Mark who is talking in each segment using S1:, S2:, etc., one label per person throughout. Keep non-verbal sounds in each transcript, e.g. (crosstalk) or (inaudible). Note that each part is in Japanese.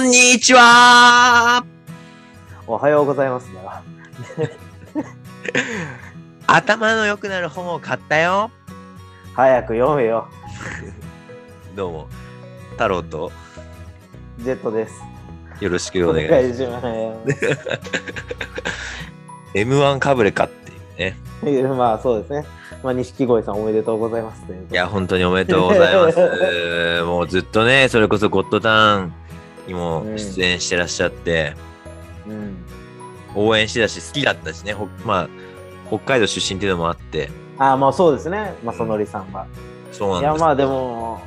S1: んにちは
S2: おはようございますだな。
S1: 頭の良くなる本を買ったよ
S2: 早く読めよ。
S1: どうも、太郎と
S2: ジェットです。
S1: よろしくお
S2: お
S1: 願いし
S2: 願いします。
S1: ます。M1 かぶれかっていうね。
S2: いやまあそうですね。まあ錦鯉さんおめでとうございますということ
S1: い
S2: で。
S1: や、本当におめでとうござい
S2: (laughs)
S1: ます。もうずっとね、それこそゴッドタウンにも出演してらっしゃって、
S2: うん。
S1: 応援してたし、好きだったしね、ほまあ、北海道出身っていうのもあって、
S2: あまあそうですね。まさのりさんは。
S1: そう
S2: い
S1: なん
S2: や
S1: です。
S2: まあでも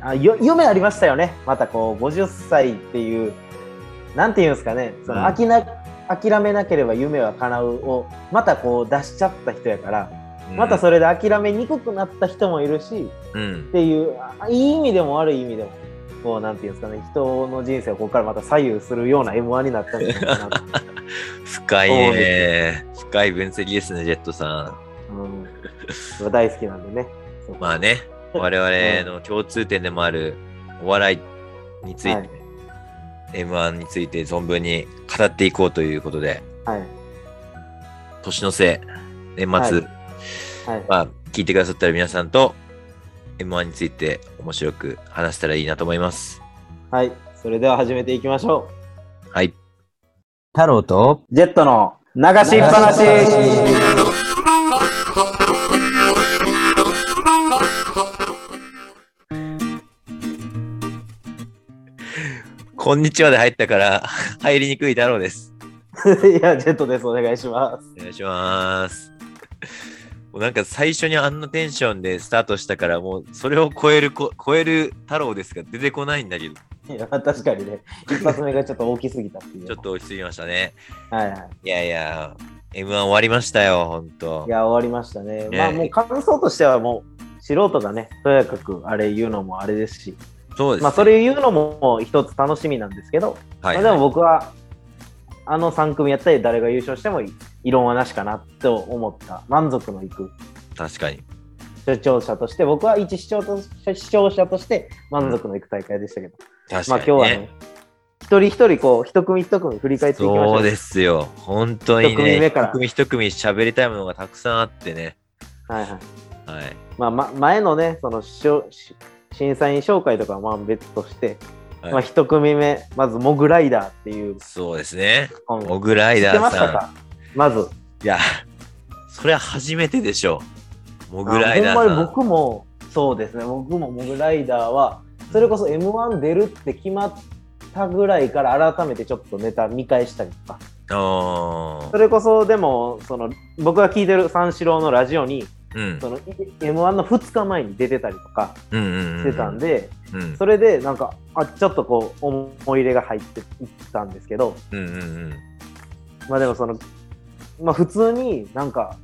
S2: あよ夢ありましたよね。またこう50歳っていうなんていうんですかね。その
S1: うん
S2: 飽きな、諦めなければ夢は叶うをまたこう出しちゃった人やから、
S1: うん
S2: またそれで諦めにくくなった人もいるし。
S1: うん
S2: っ。ていうあいい意味でも悪い意味でもこうなんていうんですかね人の人生をここからまた左右するような M1 になったんじゃないかなと、
S1: 深い
S2: そう
S1: ね。深い分析ですね、ジェットさん。
S2: うん、僕大好きなんでねそう
S1: まあね、我々の共通点でもあるお笑いについて、
S2: はい
S1: M1 について存分に語っていこうということで、
S2: はい
S1: 年の瀬、年末、
S2: はいはい
S1: まあ、聞いてくださったら皆さんと M1 について面白く話せたらいいなと思います。
S2: はいそれでは始めていきましょ
S1: はい。太郎と
S2: うジェットの流しっぱ (laughs) なし
S1: こんにちはで入ったから、入りにくい太郎です。
S2: いやジェットですお願いします
S1: お願いします。もうなんか最初にあんなテンションでスタートしたから、もうそれを超えるこ、超える太郎ですが出てこないんだけど、
S2: いや確かにね一発目がちょっと大きすぎたっていう
S1: ちょっと落ち着きましたね。
S2: はい、はい
S1: やいや、M1 終わりましたよ、ほんと
S2: い、い。や終わりましたね
S1: ね
S2: まあもう感想としてはもう素人がねとやかくあれ言うのもあれですし
S1: そうです、ね。
S2: まあそれ言うのも一つ楽しみなんですけど
S1: はい、
S2: まあでも僕はあの3組やったり誰が優勝しても異論はなしかなと思った満足のいく
S1: 確かに。
S2: 視聴者として僕は一視聴と視聴者として満足のいく大会でしたけど、
S1: 確かに、
S2: まあ
S1: ね。
S2: 今日はね一人一人こう一組一組振り返っていきましょう
S1: そうですよ。本当に
S2: 一組
S1: ね、
S2: 目から
S1: 一組一組喋りたいものがたくさんあってね。
S2: はいはい
S1: はい。
S2: まあま、前のねその視聴し審査員紹介とかはまあ別として、
S1: はい
S2: まあ一組目まずモグライダーっていう
S1: そうですね。
S2: 本
S1: モグライ
S2: 知っ
S1: ダ
S2: てま
S1: ー
S2: し
S1: さ
S2: た
S1: ん。
S2: かまず
S1: いや、それは初めてでしょう。モグライダーさ
S2: あほ
S1: ん。
S2: んまに僕もそうですね僕もモグライダーはそれこそ m 1出るって決まったぐらいから改めてちょっとネタ見返したりとか
S1: あ
S2: それこそでもその僕が聞いてる三四郎のラジオに
S1: ーうん
S2: その m 1の2日前に出てたりとか
S1: うんうんうん
S2: してたんで、
S1: うん
S2: それでなんかあちょっとこう思い入れが入っていったんですけど
S1: うんうんうん
S2: まあでもそのまあ普通になんか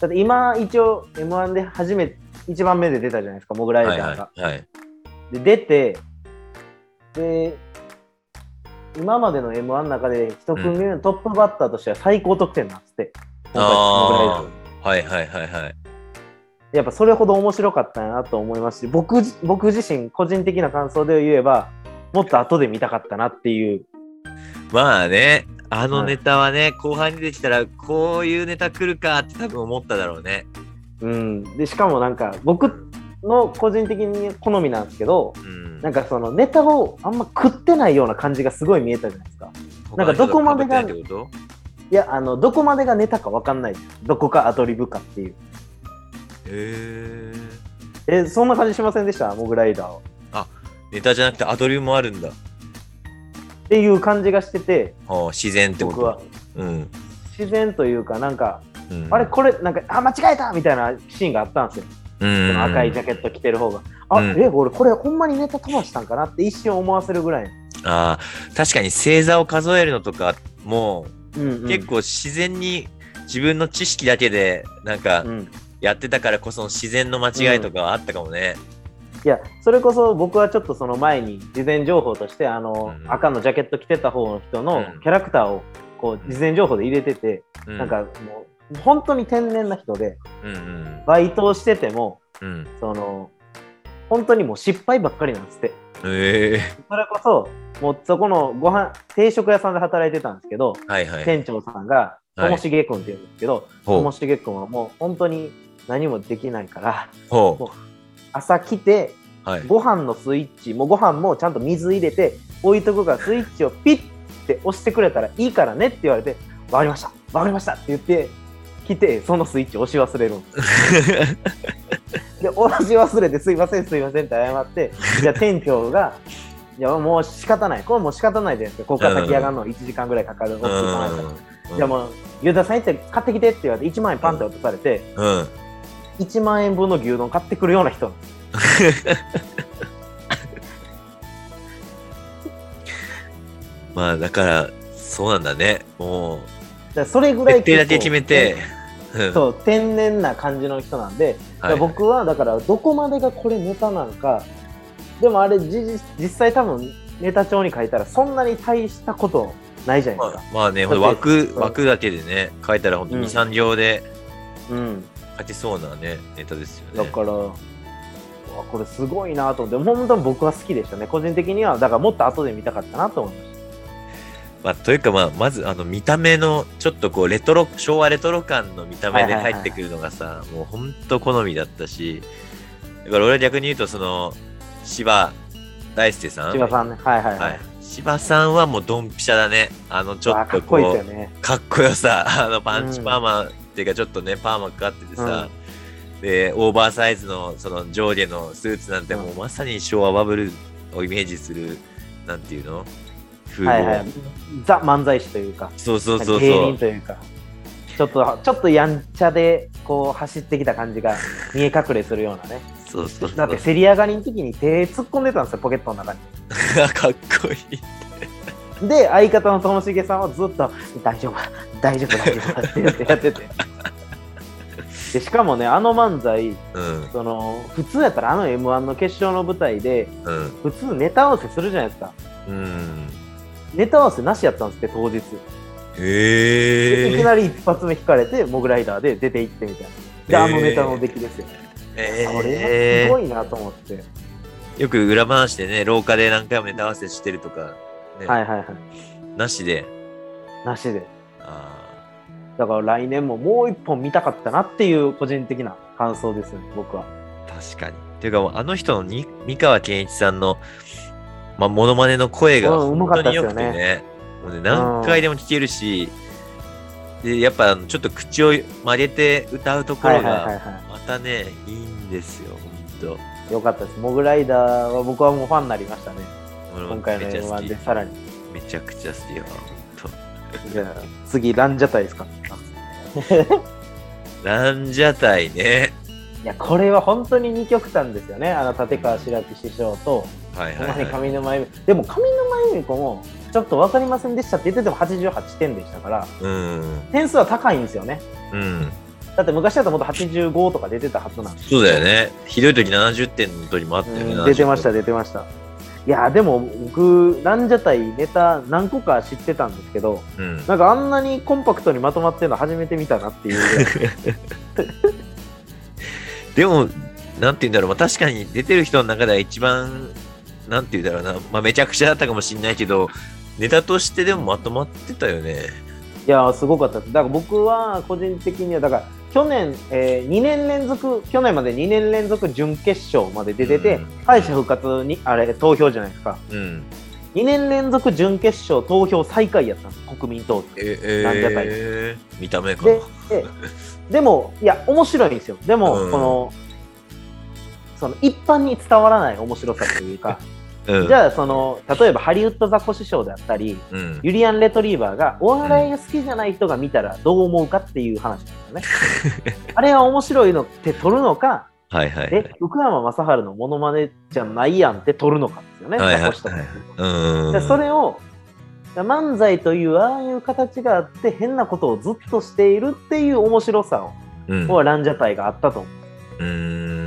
S2: だって今一応 m 1で初め一番目で出たじゃないですかモグライダ
S1: は
S2: ー
S1: い
S2: が。
S1: はいはい
S2: で出てで今までの m 1の中で1組目のトップバッターとしては最高得点なんですって、今回
S1: あー
S2: モグライダー
S1: はいはいはいはい
S2: やっぱそれほど面白かったなと思いますし僕じ僕自身個人的な感想で言えばもっと後で見たかったなっていう
S1: まあねあの
S2: はい
S1: ネタはね、後半にできたらこういうネタ来るかって多分思っただろうね
S2: うんでしかもなんか僕の個人的に好みなんですけど
S1: うん
S2: なんかそのネタをあんま食ってないような感じがすごい見えたじゃないですかなんかどこまでが
S1: 他の人被ってないってこ
S2: いやあのどこまでがネタか分かんないどこかアドリブかってい
S1: と
S2: う
S1: へえ
S2: えそんな感じしませんでしたモグライダーは。
S1: ネタじゃなくてアドリブもあるんだ、
S2: っていう感じがしてて
S1: はあ、自然ってこと
S2: 僕は
S1: うん、
S2: 自然というかなんか、
S1: うん、
S2: あれこれなんかあ間違えたみたいなシーンがあったんですよ、
S1: うん
S2: その赤いジャケット着てる方が。あ、
S1: うん
S2: え俺これほんまにネタ飛ばしたんかなって一瞬思わせるぐらい、
S1: あー確かに星座を数えるのとかも
S2: うん
S1: う結、構自然に自分の知識だけでなんか
S2: うん、い
S1: やってたからこその自然の間違いとかはあったかもね。
S2: やそれこそ僕はちょっとその前に事前情報としてあの、
S1: うん
S2: 赤のジャケット着てた方の人の
S1: うん
S2: キャラクターをこう事前情報で入れてて、
S1: う
S2: なん、かもう本当に天然な人で
S1: うんうん
S2: バイトをしてても
S1: うん、
S2: その本当にもう失敗ばっかりなんですって
S1: え
S2: それこそ、もうそこのご飯、定食屋さんで働いてたんですけど、
S1: えはいはい。
S2: 店長さんが、
S1: は
S2: と
S1: い
S2: もしげくんって言うんですけど、と
S1: ほ
S2: もしげくんはもう本当に何もできないから、
S1: う。ほ
S2: 朝来て、
S1: う。はい。
S2: ご飯のスイッチ、もうご飯もちゃんと水入れて、置いとくからスイッチをピッて押してくれたらいいからねって言われて、わかりました、わかりましたって言って、来て、そのスイッチ押し忘れるんです。で、押し忘れて、すいません、すいませんって謝
S1: (laughs)
S2: って、じゃあ店長が、いや、もう仕方ない、これもう仕方ないじゃないですか、ここから先上がるの1時間ぐらいかかる、落ちてこないから。じゃあもう、牛田さん行って買ってきてって言われて、1万円パンって渡されて、
S1: うん。うん。
S2: 1万円分の牛丼買ってくるような人なんです
S1: まあだから、そうなんだね。もう、
S2: だからそれぐらい
S1: 決定
S2: 結構
S1: だけ決めて、うん
S2: そう天然な感じの人なんで、
S1: はいはい
S2: 僕はだからどこまでがこれネタなんかでもあれじじ実際多分ネタ帳に書いたらそんなに大したことないじゃない
S1: ま
S2: で
S1: あ
S2: すか、、
S1: まあね、ほんと
S2: だって
S1: 枠
S2: そう
S1: 枠だけでね、書いたら本当
S2: うん
S1: に2、3行で
S2: うん、
S1: 勝ちそうなね、ネタですよ
S2: だ
S1: ね。
S2: から、うわこれすごいなと思って本当に僕は好きでしたね個人的にはだからもっと後で見たかったなと思いまし
S1: まあ、というか、まあ、まずあの見た目のちょっとこうレトロ昭和レトロ感の見た目で
S2: はいはいはい
S1: 入ってくるのがさ、もう本当好みだったしだから俺は逆に言うとその芝大輔さ
S2: た
S1: ん
S2: 千葉さんねはいはいはい、
S1: はい、芝さんはもうドンピシャだねあのちょ
S2: わあ
S1: っ
S2: か
S1: と
S2: っ
S1: こ
S2: こ
S1: う
S2: いいですよね
S1: かっこよさ (laughs) あのパンチ
S2: うん
S1: パーマ、っていうかちょっとねパーマかかっててさ、でオーバーサイズのその上下のスーツなんてもうまさに昭和バブルをイメージするなんていうの風貌、
S2: はいはいザ漫才師というか
S1: そうそうそう
S2: 芸
S1: そう
S2: 人というかちょっとちょっとやんちゃでこう走ってきた感じが見え隠れするようなね
S1: そうそうそう
S2: だって競り上がりの時に手突っ込んでたんですよポケットの中に
S1: (laughs) かっこいい
S2: で相方のともしげさんはずっと「大丈夫大丈夫大丈夫」って言ってやっ
S1: (laughs)
S2: ててでしかもねあの漫才
S1: うん
S2: その普通やったらあの m 1の決勝の舞台で
S1: うん
S2: 普通ネタ合わせするじゃないですか
S1: うん
S2: ネタ合わせなしやったんですって当日、
S1: へ
S2: いきなり一発目引かれてモグライダーで出ていってみたいなで、あのネタの出来ですよ
S1: え
S2: これはすご
S1: ー、
S2: いなと思って、
S1: よく裏回してね廊下で何回もネタ合わせしてるとか、ね
S2: はいはいはい
S1: なしで
S2: なしで
S1: あ
S2: だから来年ももう一本見たかったなっていう個人的な感想ですね僕は
S1: ー確かにっていうかもうあの人のに三河健一さんのまあモノマネの声が
S2: うんうま
S1: 本
S2: か
S1: 当
S2: った
S1: に
S2: です
S1: よ
S2: よ
S1: く
S2: ね
S1: てね,、もうね何回でも聞けるし、でやっぱあのちょっと口を曲げて歌うとこ
S2: はい
S1: ろ
S2: はいはい
S1: が
S2: は
S1: またねいいんですよ本当
S2: いよかったですモグライダーは僕はもうファンになりましたね
S1: 俺も
S2: 今回の
S1: めちゃ
S2: m
S1: 好
S2: 1
S1: き
S2: でさらに
S1: めちゃくちゃ好きよ。ほんと
S2: じゃあ次ランジャタイですか
S1: ランジャタイね。
S2: いやこれは本当に二極端ですよねあの立川志らく師匠と
S1: はい
S2: ほ
S1: は
S2: ん
S1: い、はい。
S2: まに上沼恵美でも上沼恵美子もちょっと分かりませんでしたって言ってても88点でしたから
S1: うん。
S2: 点数は高いんですよね
S1: うん。
S2: だって昔だともっと85とか出てたはずなんで
S1: そうだよね。ひどい時70点の時もあったよね。
S2: うん出てました
S1: ね。
S2: 出てましたいやでも僕ランジャタイネタ何個か知ってたんですけど
S1: うん。
S2: なんかあんなにコンパクトにまとまってるの初めて見たなっていうぐらい
S1: でも、なんて言うんだろう。まあ、確かに出てる人の中では一番、なんて言うんだろうな。まあ、めちゃくちゃだったかもしれないけど、ネタとしてでもまとまってたよね。
S2: いやすごかったですだから僕は個人的にはだから去年、え2年連続去年まで2年連続準決勝まで出てて、
S1: うん
S2: 敗者復活にあれ投票じゃないですか
S1: うん。
S2: 2年連続準決勝投票最下位やったんです国民党って
S1: え、
S2: ランジャタイ
S1: えー、見た目かな
S2: で。ででもいや面白いんですよでも、
S1: うん
S2: このその一般に伝わらない面白さという
S1: (laughs)
S2: か
S1: うん。
S2: じゃあその例えばハリウッドザコシショウであったり
S1: うん。
S2: ユリアン・レトリーバーがお笑いが好きじゃない人が見たらどう思うかっていう話なんですよ
S1: (laughs)
S2: ね。あれは面白いのって撮るのか、
S1: はいはいはい。
S2: え、福山雅治のモノマネじゃないやんって撮るのかですよね、
S1: はいはい
S2: ザコシとか
S1: はいうん。
S2: でそれを漫才というああいう形があって変なことをずっとしているっていう面白さを、
S1: うん。
S2: はランジャタイがあったと思う。
S1: うーん。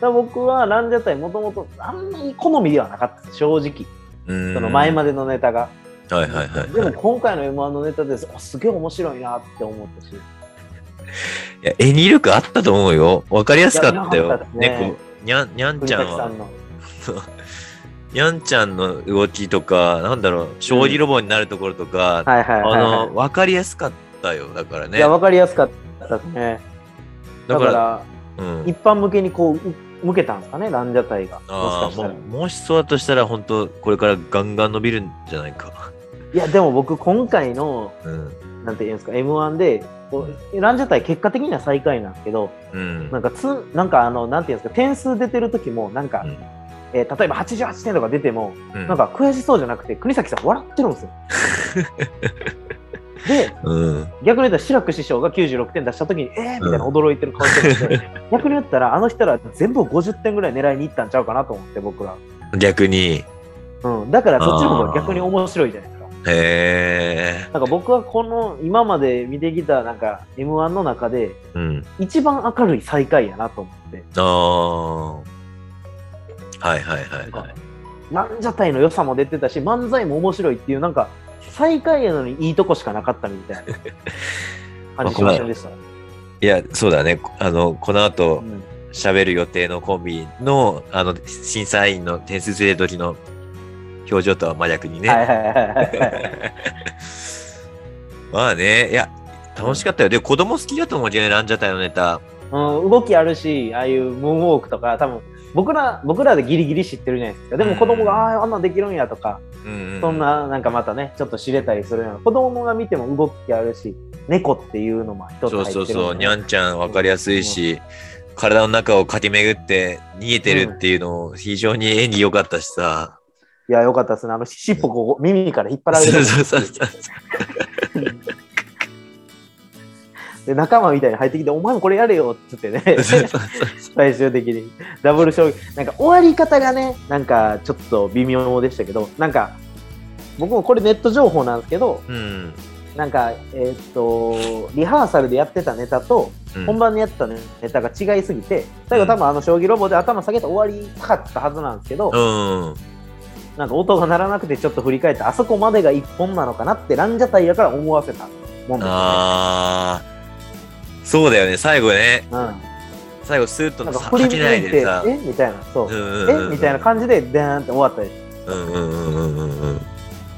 S2: だから僕はランジャタイもともとあんまり好みではなかったです正直
S1: うん
S2: その前までのネタが、
S1: はいはいはい、
S2: で
S1: は
S2: も
S1: い。
S2: 今回の m 1のネタですあすげえ面白いなって思ったし
S1: いや、演技力あったと思うよ。わかりやすかった
S2: いや
S1: よ。
S2: よかったですね
S1: 猫、にゃん、にゃん
S2: 栗
S1: ちゃん
S2: 崎さ
S1: は
S2: ん。の
S1: やんちゃんの動きとか、なんだろう、将棋ロボになるところとか、
S2: はいはいはい、
S1: あ
S2: は
S1: の、わかりやすかったよ、だから
S2: い。
S1: ね。
S2: いや、わかりやすかったですね。だ
S1: だ
S2: か、
S1: からら、うん
S2: 一般向けにこう、う向けたんですかね、ランジャタイが。もし
S1: あ
S2: か
S1: あ
S2: した
S1: も
S2: ら。
S1: もしそうだとしたら本当これからガンガン伸びるんじゃないか。
S2: いや、でも僕、今回の、
S1: うん。
S2: なんていうんですか、M1 で、こうランジャタイ結果的には最下位なんですけど、
S1: うん。
S2: なんかつ、なんかあの、なんていうんですか、点数出てる時も、なんか、
S1: うん
S2: えー例えば88点とか出ても、
S1: うん
S2: なんか悔しそうじゃなくて、国崎さん笑ってるんです
S1: (laughs)
S2: よ。で、
S1: うん。
S2: 逆に言ったら志らく師匠が96点出した時に、えーみたいな驚いてる顔してるんで、
S1: (laughs)
S2: 逆に言ったら、あの人ら全部50点ぐらい狙いに行ったんちゃうかなと思って、僕ら。
S1: 逆に。
S2: うん、だからそっちの方が逆に面白いじゃないですか。
S1: へえ。
S2: なんか僕はこの今まで見てきたなんか M1 の中で
S1: うん。
S2: 一番明るい最下位やなと思って、
S1: ああ。はいはいはいはい。
S2: なんじゃたいの良さも出てたし、漫才も面白いっていう、なんか最下位やのにいいとこしかなかったみたいな感じしません
S1: (laughs)
S2: でした。
S1: いや、そうだね。あの、この後
S2: うん
S1: 喋る予定のコンビの、あの、審査員の点数つける時の表情とは真逆にね。
S2: はいはいはいはいはい。
S1: まあね、いや、楽しかったよ。で、子供好きだと思うけどね、ランジャタイのネタ。
S2: うん、動きあるし、ああいうムーンウォークとか、多分僕ら僕らでギリギリ知ってるじゃないですか。でも子供が、ああ、あんなんできるんやとか、
S1: うん、うん。
S2: そんな、なんかまたね、ちょっと知れたりするような、子供が見ても動きあるし、猫っていうのも一つ
S1: そ
S2: 入っ
S1: う
S2: てる
S1: そうそう、に
S2: にゃ
S1: ゃんちゃん分かりやすいし、体の中を駆け巡って逃げてるっていうのを非常に演技良かったしさ。
S2: いや、よかったですね。あの、尻尾こう、耳から引っ張られる
S1: そうそうそうそう。
S2: で、仲間みたいに入ってきて、お前もこれやれよっつってね、
S1: (laughs) そうそう
S2: 最終的に。ダブル将棋。なんか終わり方がね、なんかちょっと微妙でしたけど、なんか、僕もこれネット情報なんですけど、
S1: うん。
S2: なんか、えーっと、リハーサルでやってたネタと、
S1: うん
S2: 本番でやってたネタが違いすぎて、最後多分あの将棋ロボで頭下げて終わりたかったはずなんですけど、
S1: うん。
S2: なんか音が鳴らなくてちょっと振り返って、あそこまでが一本なのかなって、ランジャタイやから思わせたもんですよね。
S1: ああ。そうだよね、最後ね。
S2: うん、
S1: 最後スーッと
S2: なんか
S1: さ
S2: 振り
S1: か
S2: 向い
S1: けない
S2: て、
S1: でさ。
S2: えみたいな、そう、
S1: え
S2: えみたいな感じで、でーんって終わったです。
S1: うんうんうんうんうん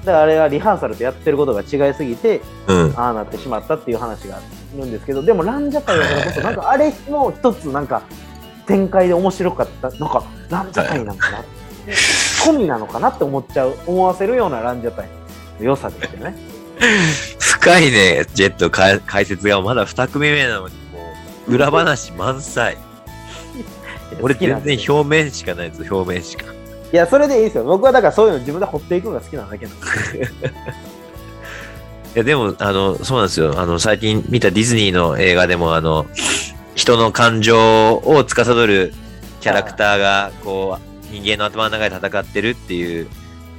S2: だからあれはリハーサルとやってることが違いすぎて、
S1: うん。うん。
S2: ああなってしまったっていう話があるんですけど、でもランジャタイだからこそ、なんかあれも一つ、なんか展開で面白かった、なんかランジャタイなのかな、込みなのかなって思っちゃう、思わせるようなランジャタイの良さでしたよね。
S1: 深いね、ジェットか解説がまだ2組目なのに、もう裏話満載。俺
S2: 好きな
S1: 全
S2: んです
S1: 然
S2: よ
S1: 表面しかないです表面しか。
S2: いや、それでいいですよ。僕はだからそういうの自分で掘っていくのが好きなだけなんです。
S1: いや、でも、あの、そうなんですよ。あの、最近見たディズニーの映画でも、あの、人の感情を司るキャラクターが、こう、人間の頭の中で戦ってるっていう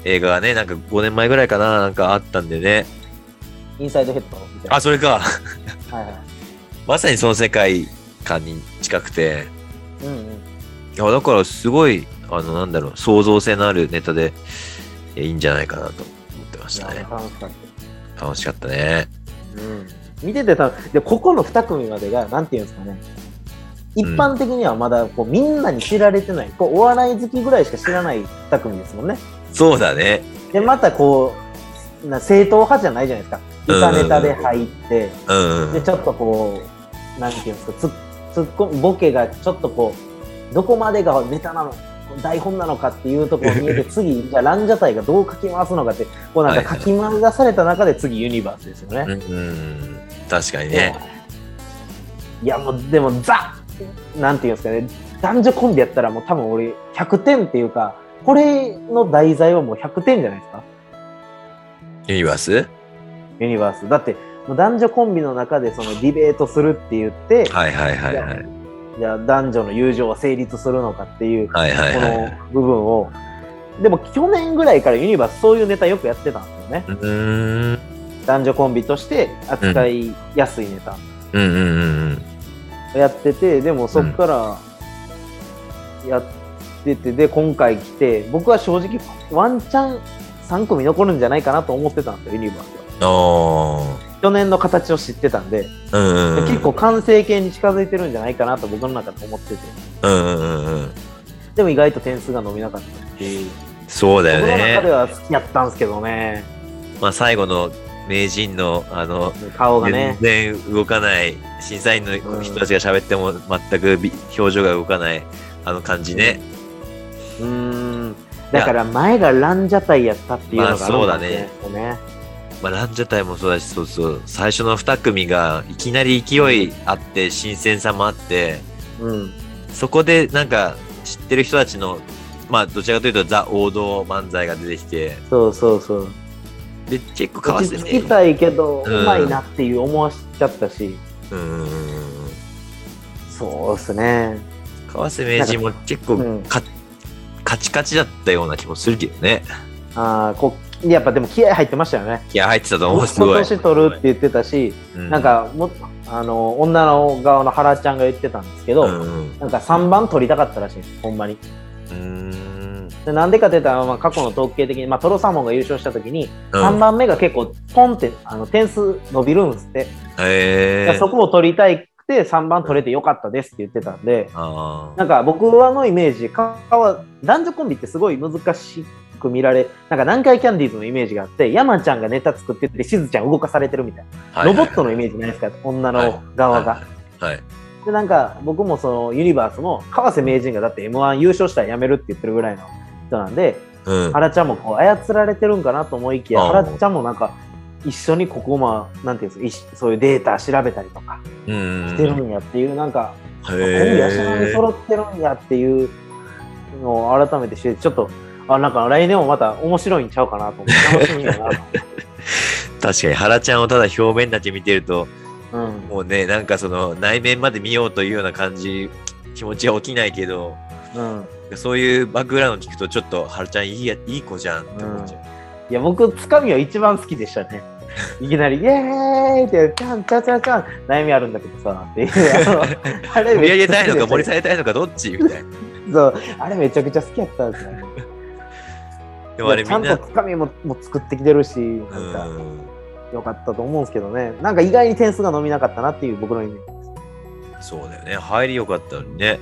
S1: 映画がね、なんか5年前ぐらいかな、なんかあったんでね。
S2: インサイドヘッドみたいな。
S1: あ、それか。
S2: はいはい。
S1: まさにその世界観に近くて。
S2: うんうん。
S1: いや、だからすごい、あの、なんだろう、創造性のあるネタで、いやいいんじゃないかなと思ってま
S2: い
S1: し
S2: や
S1: たね。
S2: 楽しかっ
S1: 楽しかったね。
S2: た。うん。見ててたで、ここの2組までが、なんていうんですかね。一般的にはまだこうみんなに知られてない、こうお笑い好きぐらいしか知らない2組ですもんね。
S1: そうだね。
S2: で、またこう、な正統派じゃないじゃないですか。歌ネタで入って、
S1: うんうん。
S2: で、ちょっとこう、なんていうんですか、つつっこボケがちょっとこう、どこまでがネタなの台本なのかっていうところを見え
S1: (laughs)
S2: て、次、じゃあランジャタイがどう書き回すのかって、こうなんか書き回された中で次ユニバースですよね。
S1: うんうん、確かにね。
S2: いやもうでもザなんていうんですかね男女コンビやったらもう多分俺100点っていうかこれの題材はもう100点じゃないですか
S1: ユニバース
S2: ユニバースだってもう男女コンビの中でそのディベートするって言って、
S1: はいはいはいはい。
S2: じゃあ男女の友情は成立するのかっていうこ
S1: はいはいは
S2: の
S1: い。
S2: 部分をでも去年ぐらいからユニバースそういうネタよくやってたんですよね
S1: うーん。
S2: 男女コンビとして扱いやすいネタ
S1: うんうんうんうん。
S2: やっててでもそっからやってて、で今回来て僕は正直ワンチャン3組残るんじゃないかなと思ってたんですよユニバースは
S1: あ
S2: 去年の形を知ってたんで、
S1: あ。うんうんうん。
S2: 結構完成形に近づいてるんじゃないかなと僕の中で思ってて
S1: うんうんうんうん。
S2: でも意外と点数が伸びなかったっていう
S1: そうだよ
S2: 僕の中で
S1: ね。
S2: は好きやったんですけどね
S1: まあ、最後の名人の、あの、
S2: 顔がね
S1: 全然動かない、審査員の人たちが喋っても全くび表情が動かない、あの感じね。
S2: うーんだから前がランジャタイやったっていうのがあるのかもしれないですよね。
S1: まあ、ランジャタイもそうだし、そうそう、最初の2組がいきなり勢いあって、新鮮さもあって、
S2: うん
S1: そこでなんか知ってる人たちの、まあ、どちらかというとザ王道漫才が出てきて、
S2: そうそうそう。
S1: で、結構かわ
S2: 落
S1: せ
S2: ち
S1: ね
S2: 着きたいけど、う
S1: うん
S2: まいなっていう思わしちゃったし、
S1: うん。
S2: そうですね。
S1: 川瀬名人も結構
S2: うん
S1: か、カチカチだったような気もするけどね。
S2: あーこうやっぱでも気合入ってましたよね。
S1: いや、入ってたと
S2: も
S1: 思う、
S2: っ
S1: すご
S2: と
S1: い。
S2: 年取るって言ってたし、
S1: う
S2: なん、かもあの女の側の原ちゃんが言ってたんですけど、
S1: うんうん
S2: なんか3番取りたかったらしいんです、ほんまに。
S1: うん。
S2: でなんでかって言ったら、まあ、過去の統計的に、まあ、トロサーモンが優勝した時に、3
S1: 番。
S2: 番目が結構ポンってあの点数伸びるんですって、
S1: えー、
S2: そこを取りたいくて3番取れてよかったですって言ってたんで
S1: あ
S2: なんか僕はのイメージかは男女コンビってすごい難しく見られなんか南海キャンディーズのイメージがあって山ちゃんがネタ作っててしずちゃん動かされてるみたいな、
S1: あ、はい
S2: ロボットのイメージないですか女の側が。
S1: はい。
S2: でなんか僕もそのユニバースも川瀬名人がだって m 1優勝したらやめるって言ってるぐらいの人なんで
S1: うん。
S2: 原ちゃんもこう操られてるんかなと思いきや
S1: あー
S2: 原ちゃんもなんか一緒にここまあなんていうんですかいしそういうデータ調べたりとか
S1: うん。
S2: してるんやっていう、なんか
S1: へ
S2: コンビ
S1: ー
S2: はそんなに揃ってるんやっていうのを改めてしてちょっとあなんか来年もまた面白いんちゃうかなと
S1: (laughs)
S2: 思って楽しみやなと
S1: 確かに、原ちゃんをただ表面だけ見てると、
S2: 思って、
S1: もうね、なんかその内面まで見ようというような感じ、気持ちは起きないけど、
S2: うんうん、
S1: そういうバックグラウンド聞くと、ちょっと、はるちゃんいいや、いい子じゃんって思っちゃう。
S2: いや僕つかみは一番好きでしたねいきなり「イエーイ!」って「ちゃんちゃんちゃんちゃん悩みあるんだけどさ」っていうあのあれ
S1: 盛り上げたいの
S2: (laughs)
S1: か、盛り
S2: めっち
S1: 下げ
S2: ゃ好きでしたね
S1: たいのか、どっちみたいな。
S2: そうあれめちゃくちゃ好きやったんですよね
S1: でもあれ
S2: い
S1: み
S2: やちゃ
S1: ん
S2: ん
S1: な
S2: と、つかみもも作ってきてるしなんか
S1: うん。
S2: 良かったと思うんですけどねなんか意外に点数が伸びなかったなっていう僕のイメージ
S1: そうだよね。入り良かったのにね。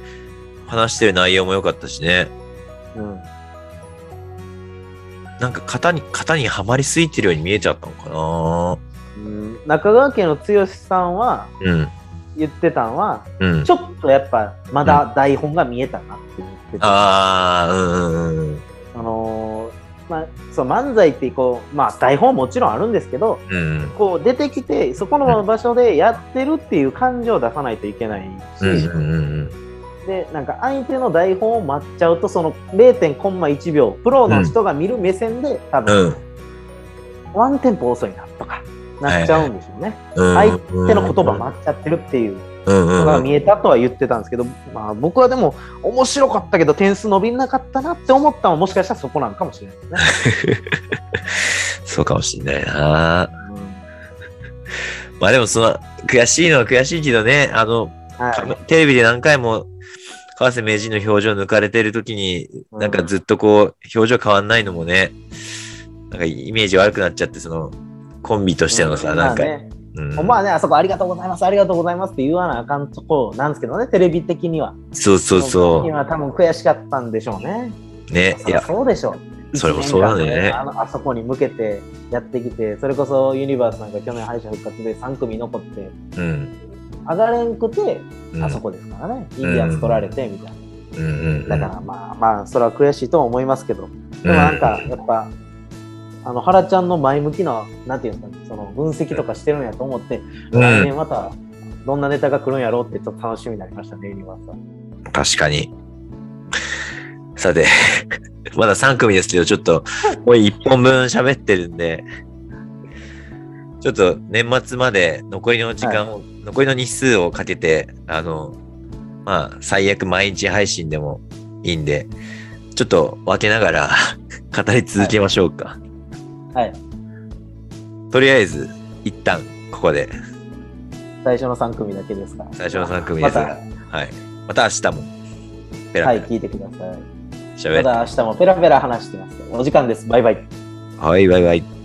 S1: 話してる内容も良かったしね。
S2: うん
S1: なんか型に、型にはまりすぎてるように見えちゃったの
S2: うん、中川家の剛さんは
S1: かな。
S2: 言ってたんは
S1: うん。うん
S2: ち。ょっとやっぱまだ台本が見えたなって言ってた、
S1: ああ、うんうんうん。
S2: あのーまあ、そう漫才ってこう、まあ、台本もちろんあるんですけど
S1: うん。
S2: こう出てきてそこの場所でやってるっていう感情を出さないといけないし、
S1: うんうんうん
S2: でなんか相手の台本を待っちゃうとその0 1秒プロの人が見る目線で、多
S1: う
S2: 分、
S1: ん。うん。
S2: ワンテンポ遅いなとかなっちゃうんでしょうね、
S1: うん
S2: 相手の言葉待っちゃってるっていう
S1: うんう
S2: の
S1: ん
S2: が
S1: うん
S2: 見えたとは言ってたんですけど、まあ、僕はでも面白かったけど点数伸びなかったなって思ったのはもしかしたらそこなのかもしれないですね。
S1: (laughs) そうかもしんないな。まあでもその、悔しいのは悔しいけどね、あの、
S2: うんはい
S1: テレビで何回も、川瀬名人の表情抜かれてる時に、
S2: うん
S1: なんかずっとこう、表情変わんないのもね、なんかイメージ悪くなっちゃって、その、コンビとしてのさ、
S2: うん
S1: なんか
S2: まあ、ね
S1: うん
S2: ほんまはね、あそこありがとうございます、ありがとうございますって言わなあかんところなんですけどね、テレビ的には。
S1: そうそうそ
S2: 今多分悔しかったんでしょうね。
S1: う。ね、い
S2: そりゃ
S1: や、
S2: そうでしょう。
S1: それもそうだね
S2: 一年間あのあそこに向けてやってきて、それこそユニバースなんか去年敗者復活で3組残って、
S1: うん。
S2: 上がれんくて、
S1: うん
S2: あそこですからね、インディアンス取られてみたい
S1: うんうんうん。
S2: な。だからまあまあ、それは悔しいとは思いますけど、
S1: う
S2: でも
S1: ん、
S2: なんかやっぱ、あの原ちゃんの前向きな、なんていうんですかね、その分析とかしてるんやと思って、
S1: うん
S2: 来年またどんなネタが来るんやろうって、ちょっと楽しみになりましたね、ユニバースは。
S1: 確かに。さて、 (laughs) まだ3組ですけど、ちょっと、これ1本分喋ってるんで、ちょっと年末まで残りの時間を、残りの日数をかけて、あの、まあ、最悪毎日配信でもいいんで、ちょっと分けながら (laughs) 語り続けましょうか。
S2: はい、
S1: とりあえず、一旦、ここで、
S2: 最初の3組だけですから。
S1: 最初の3組ですが、はい。また明日も、ペ
S2: また、は
S1: ラ
S2: い、
S1: ペ
S2: 聞いてください。
S1: ラ喋
S2: ま
S1: って、
S2: だ明日もペラペラ話してます。お時間です。バイバイ。
S1: はい、バイバイ。